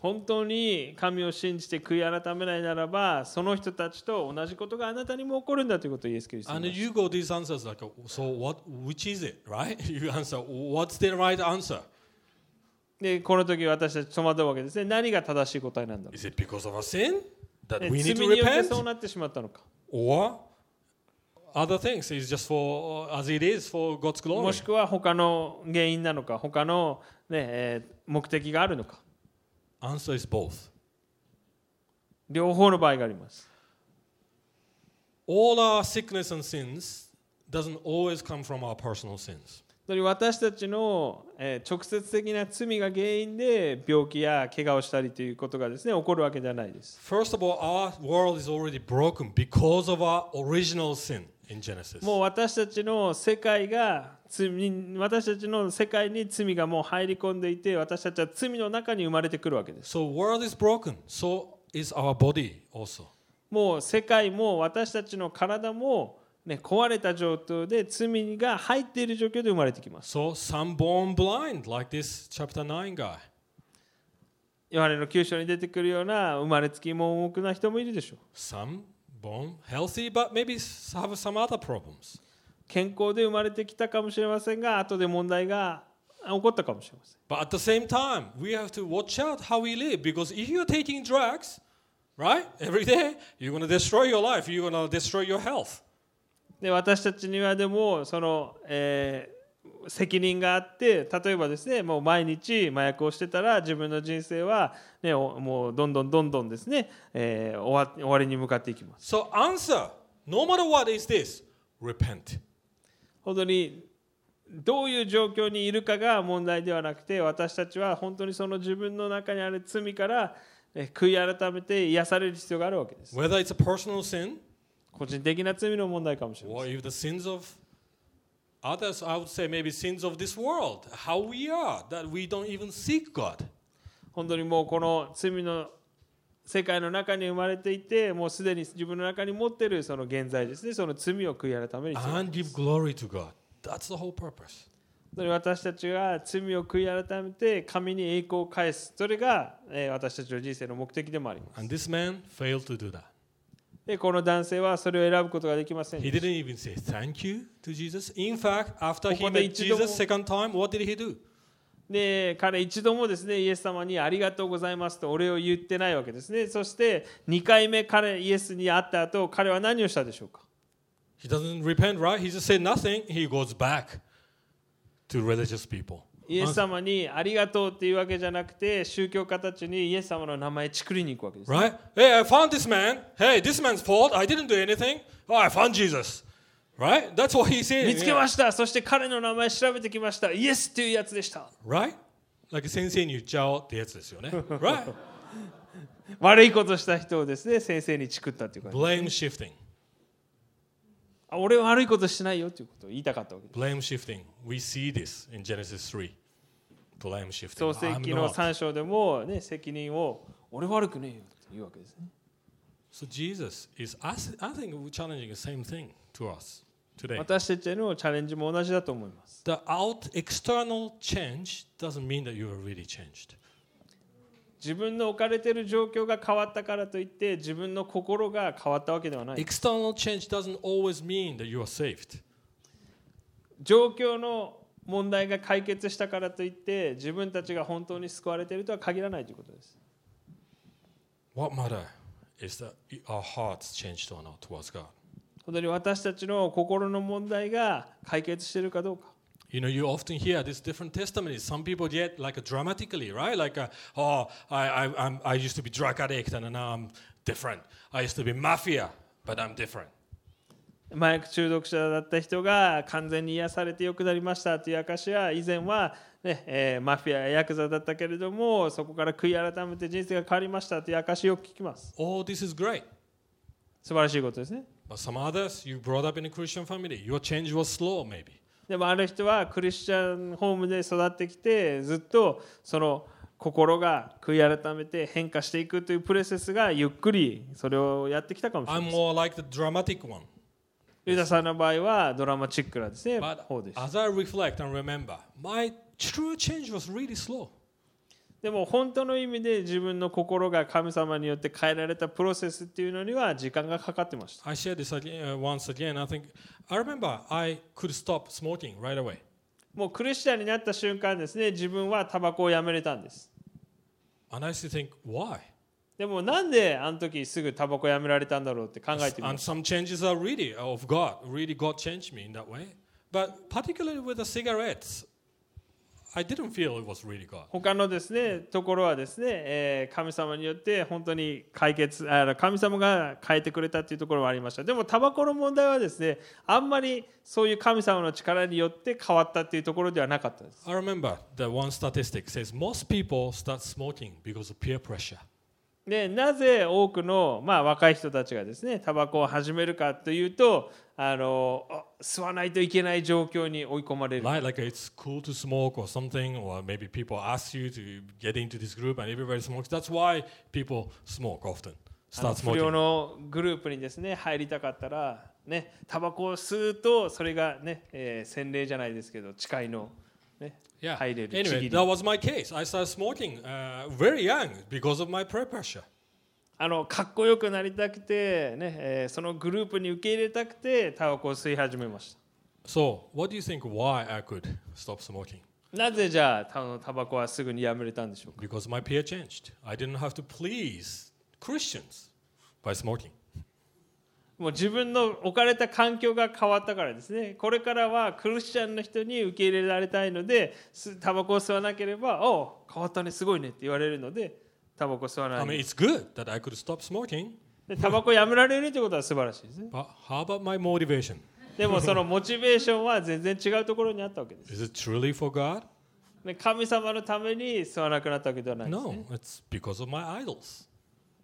本当に神を信じて悔い改めないならばその人たちと同じことがあなたにも起こるんだということをイエス・キリストは And 言い you ます go these answers like, oh, so what? Which is it, right? You answer, what's the right answer? でこの時私たち戸惑うわけですね何が正しい答えなんだろ Is it because of our sin う that ね we 罪 need to によってそう repent, なってしまったのか or other things? It's just for as it is for God's も glory. しくは他の原因なのか他の、ねえー目的があるのか Answer is both. 両方の場合があります All our sickness and sins doesn't always come from our personal sins. つまり私たちの、えー直接的な罪が原因で病気や怪我をしたりということがですね起こるわけではないです First of all, our world is already broken because of our original sin in Genesis. もう私たちの世界が罪に私たちの世界に罪がもう入り込んでいて私たちは罪の中に生まれてくるわけです So world is broken. So is our body also. もう世界も私たちの体も、ね、壊れた状況で罪が入っている状況で生まれてきます So some born blind, like this chapter nine guy. ヨハネの九章に出てくるような生まれつき盲目な人もいるでしょう Some born healthy, but maybe s- have some other problems. 健康で生まれてきたかもしれませんが後で問題が起こったかもしれません But at the same time, we have to watch out how we live because if you're taking drugs, right, every day, you're going to destroy your life. You're going to destroy your health. で私たちにはでもその、えー責任があって例えばですねもう毎日麻薬をしてたら自分の人生は、ね、おもうどんどんどんどんですね、えー終わ終わりに向かっていきます So answer, no matter what is this, repent. 本当にどういう状況にいるかが問題ではなくて私たちは本当にその自分の中にある罪からえー悔い改めて癒される必要があるわけです Whether it's a personal sin 個人的な罪の問題かもしれません or if the sins of others, I would say maybe sins of this world, how we are, that we don't even seek God. 本当にもうこの罪の世界の中に生まれていてもうすでに自分の中に持ってるその現在ですねその罪を悔い改める必要 and give glory to God. That's the whole purpose. 本当に私たちが罪を悔い改めて神に栄光を返すそれが、えー私たちの人生の目的でもあります And this man failed to do that. でこの男性はそれを選ぶことができません He でした didn't even say thank you to Jesus. In fact, after he ここで met 一度も Jesus second time, what did he do? で彼一度もですねイエス様にありがとうございますとお礼を言ってないわけですねそして2回目彼イエスに会った後彼は何をしたでしょうか He doesn't repent, right? He just said nothing. He goes back to religious people. イエス様にありがとうっていうわけじゃなくて宗教家たちにイエス様の名前チクりに行くわけです。 Right? Hey, I found this man. Hey, this man's fault. I didn't do anything. Oh, I found Jesus. Right? That's what he said. 見つけました、そして彼の名前調べてきましたイエスっていうやつでした Right? Like 先生に言っちゃおうってやつですよね。Right? 悪いことした人をですね先生にチクったっていうか Blame shifting. あ俺は悪いことしてないよっていうことを言いたかったわけです Blame shifting. We see this in Genesis 3. Blame shifting. 創世 I'm 記の not. 3章でも、ね、責任を俺悪くねえよっていうわけですね So Jesus is, I s- I think, we're challenging the same thing to us today. 私たちへのチャレンジも同じだと思います The out external change doesn't mean that you are really changed. 自分の置かれている状況が変わったからといって自分の心が変わったわけではない External change doesn't always mean that you are saved. 状況の問題が解決したからといって自分たちが本当に救われているとは限らないということです What matter is that our hearts changed or not towards God. 本当に私たちの心の問題が解決しているかどうか You know, you often hear these different testimonies. Some people get like dramatically, right? Like, uh, oh, I, I, I'm, I used to be drug addict and now I'm different. I used to be mafia, but I'm different. 麻薬中毒者だった人が完全に癒されて良くなりましたという証しや以前は、ねえーマフィアやヤクザだったけれどもそこから悔い改めて人生が変わりましたという証しを聞きます All this is great. 素晴らしいことですね But some others, you brought up in a Christian family. Your change was slow, maybe. でもある人はクリスチャンホームで育ってきてずっとその心が悔い改めて変化していくというプロセスがゆっくりそれをやってきたかもしれ I'm ません。 more like the dramatic one. ユダさんの場合はドラマチックなですね But 方でした。 as I reflect and remember, my true change was really slow. でも本当の意味で自分の心が神様によって変えられたプロセスっていうのには時間がかかってました。 I shared this again, uh, once again. I think I remember I could stop smoking right away. もうクリスチャンになった瞬間ですね、自分はタバコをやめれたんです。 And I used to think, why? でもなんであの時すぐタバコやめられたんだろうって考えてみま And す。 some changes are really uh, of God. Really, God changed me in that way. But particularly with the cigarettes, I didn't feel it was really God. 他のですねところはですね、えー神様によって本当に解決あの神様が変えてくれたっていうところはありましたでもタバコの問題はですねあんまりそういう神様の力によって変わったっていうところではなかったです I remember that one statistic says most people start smoking because of peer pressure. でなぜ多くの、まあ、若い人たちがですねタバコを始めるかというとあのあ吸わないといけない状況に追い込まれる Like, like it's cool to smoke or something, or maybe people ask you to get into this group and everybody smokes. That's why people smoke often, あの start 不良 smoking. のグループにですね入りたかったらねタバコを吸うとそれがね、えー洗礼じゃないですけど誓いの、ね Yeah. 入れるちぎ Anyway, り that was my case. I started smoking uh, very young because of my peer pressure. あのかっこよくなりたくて、ねえーそのグループに受け入れたくてタバコを吸い始めました So, what do you think why I could stop smoking? なぜじゃあたタバコはすぐにやめれたんでしょうか Because my peer changed. I didn't have to please Christians by smoking. もう自分の置かれた環境が変わったからですねこれからはクリスチャンの人に受け入れられたいのですタバコを吸わなければ「おう変わったねすごいね」って言われるのでタバコ吸わな I い mean, it's good that I could stop smoking, でタバコやめられるってことは素晴らしいですね but how about my motivation? でもそのモチベーションは全然違うところにあったわけです Is it truly for God? で神様のために吸わなくなったわけではないです、ね No, it's because of my idols.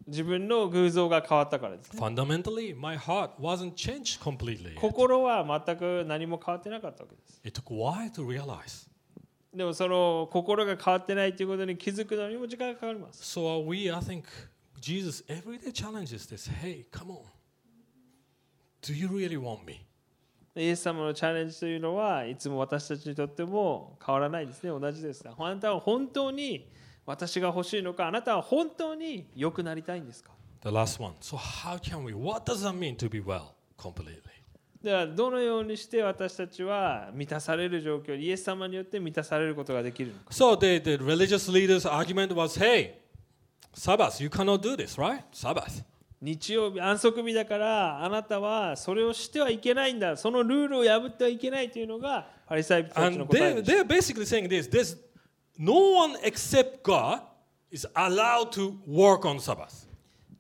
自分の偶像が変わったからです Fundamentally, my heart wasn't changed completely. 心は全く何も変わってなかったわけです It took a while to realize. でもその心が変わってないということに気づくのにも時間がかかります So are we, I think, Jesus every day challenges this. Hey, come on. Do you really want me? イエス様のチャレンジというのはいつも私たちにとっても変わらないですね同じですあなたは本当に私が欲しいのかあなたは本当に良くなりたいんですか The last one. So how can we? What does that mean to be well completely? ではどのようにして私たちは満たされる状況イエス様によって満たされることができるのか So the, the religious leaders' argument was, hey, Sabbath, you cannot do this, right? Sabbath. 日曜日安息日だからあなたはそれをしてはいけないんだそのルールを破ってはいけないというのがパリサイ人たちの And 答え they, でした they're basically saying this, this no one except God is allowed to work on Sabbath.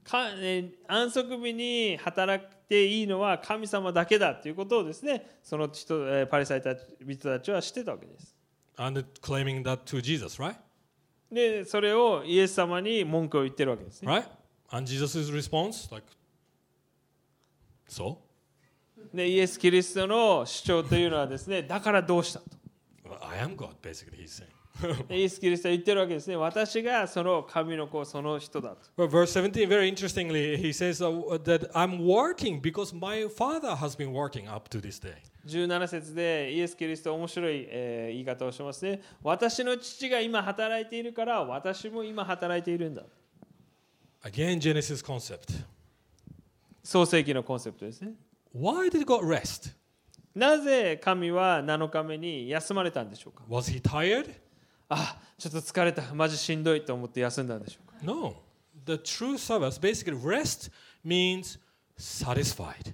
かえー安息日に働いていいのは神様だけだということをですねその人えーパリサイ人たちは知ってたわけです And claiming that to Jesus, right? でそれをイエス様に文句を言ってるわけですね Right? And Jesus' response, like, so? でイエス・キリストの主張というのはですねだからどうしたと Well, I am God, basically, he's saying. イエス・キリストは言ってるわけですね。私がその神の子、その人だと。 well, verse 17, very interestingly, he says uh, that I'm working because my father has been working up to this day. 17節でイエス・キリスト、面白い、えー言い方をしますね。私の父が今働いているから、私も今働いているんだ。 Again, Genesis concept. 創世記のコンセプトですね。 Why did God rest? なぜ神は7日目に休まれたんでしょうか Was he tired? あ、ちょっと疲れた。マジしんどいと思って休んだんでしょうか No. The true Sabbath, basically, rest means satisfied.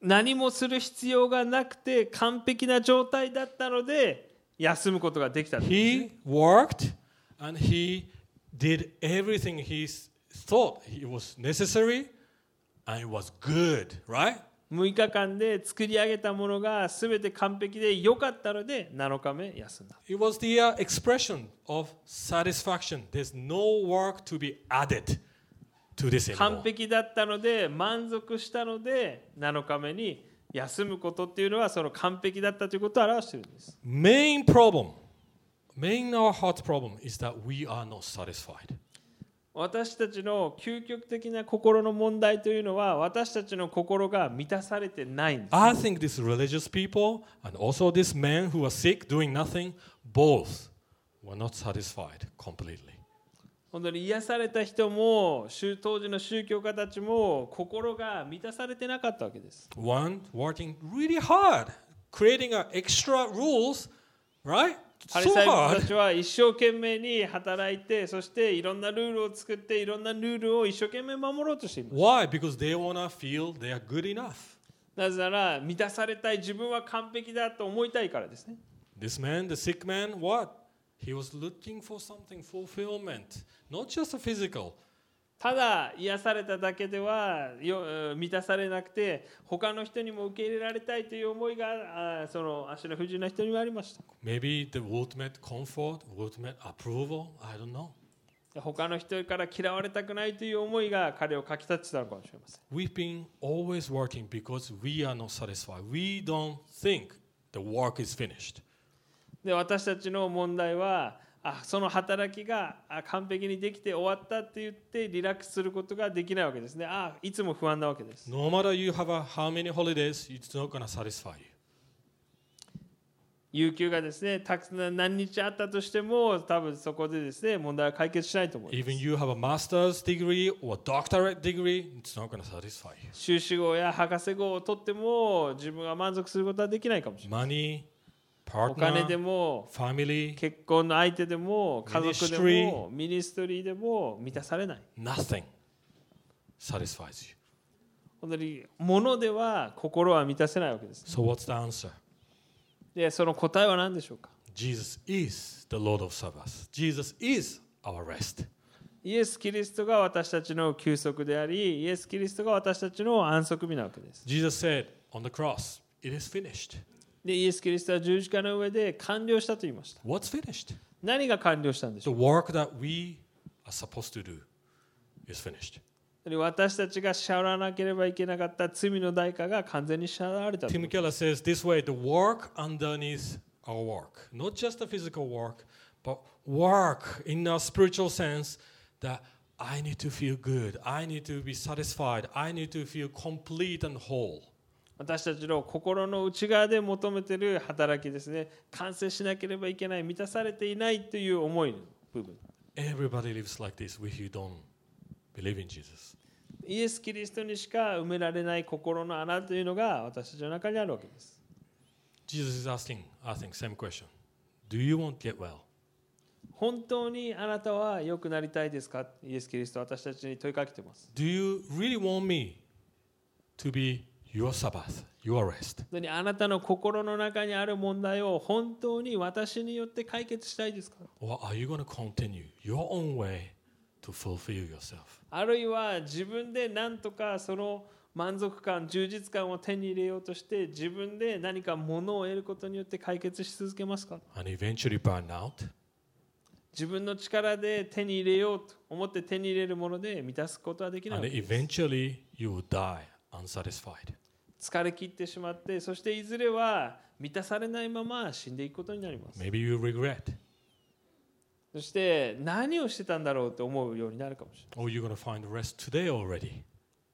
何もする必要がなくて完璧な状態だったので休むことができたんですね He worked and he did everything he s- thought it was necessary and it was good, right? 6日間で作り上げたものが全て完璧で良かったので7日目休んだ It was the uh, expression of satisfaction. There's no work to be added to this 完 anymore. 璧だったので満足したので7日目に休むことっていうのはその完璧だったということを表してるんです Main problem, main our heart problem is that we are not satisfied. 私たちの究極的な心の問題というのは私たちの心が満たされてないんです I think these religious people and also these men who are sick doing nothing, both were not satisfied completely. 本当に癒された人も宗当時の宗教家たちも心が満たされてなかったわけです One working really hard, creating uh, extra rules, right? パリ So サイ人た hard. ちは一生懸命に働いてそしていろんなルールを作っていろんなルールを一生懸命守ろうとしています Why? Because they want to feel they are good enough. なぜなら満たされたい自分は完璧だと思いたいからですね This man, the sick man, what? He was looking for something fulfillment, not just a physical. ただ癒されただけではようん満たされなくて他の人にも受け入れられたいという思いがあーその足の不自由な人にはありました Maybe the ultimate comfort, ultimate approval. I don't know. 他の人から嫌われたくないという思いが彼をかき立ててたのかもしれません We've been always working because we are not satisfied. We don't think the work is finished. で私たちの問題はあその働きがあ完璧にできて終わったって言ってリラックスすることができないわけですねあいつも不安なわけです No matter you have a, how many holidays, it's not going to satisfy you. 有給がですねたくさん何日あったとしても多分そこでですね問題は解決しないと思いま Even す you have a master's degree or doctorate degree, it's not going to satisfy you. 修士号や博士号を取っても自分は満足することはできないかもしれない Money, お金で partner, も family, 結婚の相手でも家族でもミニストリーでも満たされない nothing satisfies you. 本当に物では心は満たせないわけです So what's the answer? でその答えは何でしょうか Jesus is the Lord of Sabbath. Jesus is our rest. イエス・キリストが私たちの休息でありイエス・キリストが私たちの安息日なわけです Jesus said on the cross, it is finished. でイエス・キリストは十字架の上で完了したと言いました What's finished? 何が完了したんでしょ The work that we are supposed to do is finished. うで私たちが支払わなければいけなかった罪の代価が完全に支払われたと Tim Keller says this way the work underneath our work, not just the physical work, but work in a spiritual sense that I need to feel good, I need to be satisfied, I need to feel complete and whole. 私たちの心の内側で求めている働きですね完成しなければいけない満たされていないという思いの部分 Everybody lives like this if you don't believe in Jesus. イエス・キリストにしか埋められない心の穴というのが私たちの中にあるわけです Jesus is asking, I think, same question. Do you want to get well? 本当にあなたは良くなりたいですかイエス・キリストは私たちに問いかけています Do you really want me to be your Sabbath, your rest? 本当にあなたの心の中にある問題を本当に私によって解決したいですか Or are you going to continue your own way to fulfill yourself? あるいは自分で何とかその満足感充実感を手に入れようとして自分で何かものを得ることによって解決し続けますか And eventually burn out? 自分の力で手に入れようと思って手に入れるもので満たすことはできないわ And けです eventually you will die unsatisfied. 疲れ切ってしまってそしていずれは満たされないまま死んでいくことになります Maybe you regret. そして何をしてたんだろうと思うようになるかもしれない Or you're going to find rest today already.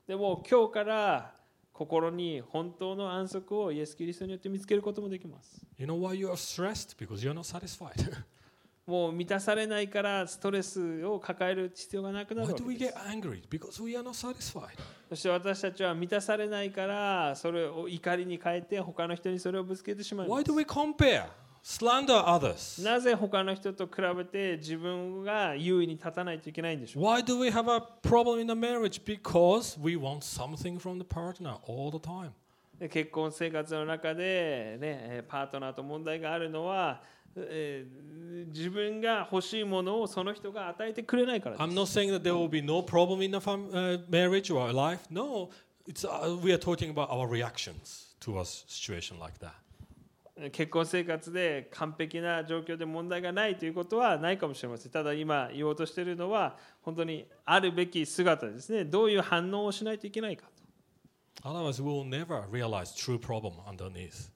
でも今日から心に本当の安息をイエス・キリストによって見つけることもできます You know why you are stressed? Because you're not satisfied. もう満たされないからストレスを抱える必要がなくな why るわ do け we です get angry? Because we are not satisfied. そして私たちは満たされないからそれを怒りに変えて他の人にそれをぶつけてしまいま Why す do we compare, slander others? なぜ他の人と比べて自分が優位に立たないといけないんでしょう Why do we have a problem in the marriage? Because we want something from the partner all the time. で結婚生活の中で、ね、えーパートナーと問題があるのは、えー自分が欲しいものをその人が与えてくれないからです I'm not saying that there will be no problem in a fam- uh, marriage or a life. No, it's uh, we are talking about our reactions to a s- situation like that. 結婚生活で完璧な状況で問題がないということはないかもしれませんただ今言おうとしているのは本当にあるべき姿ですねどういう反応をしないといけないかと Otherwise, we will never realize true problem underneath.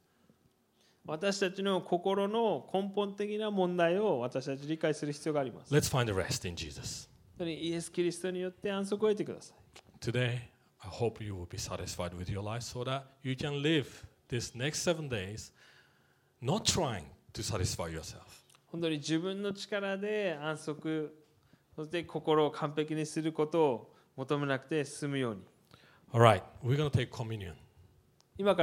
私たちの心の根本的な問題を私たち理解する必要があります Let's find the rest in Jesus 本当にイエス・キリストによって安息を得てください today. I hope you will be satisfied with your life so that you can live this next seven days, not trying to satisfy yourself. 本本当に自分の力で安息そして心を完璧にすることを求めなくて済むように All right, we're going to take communion. 今から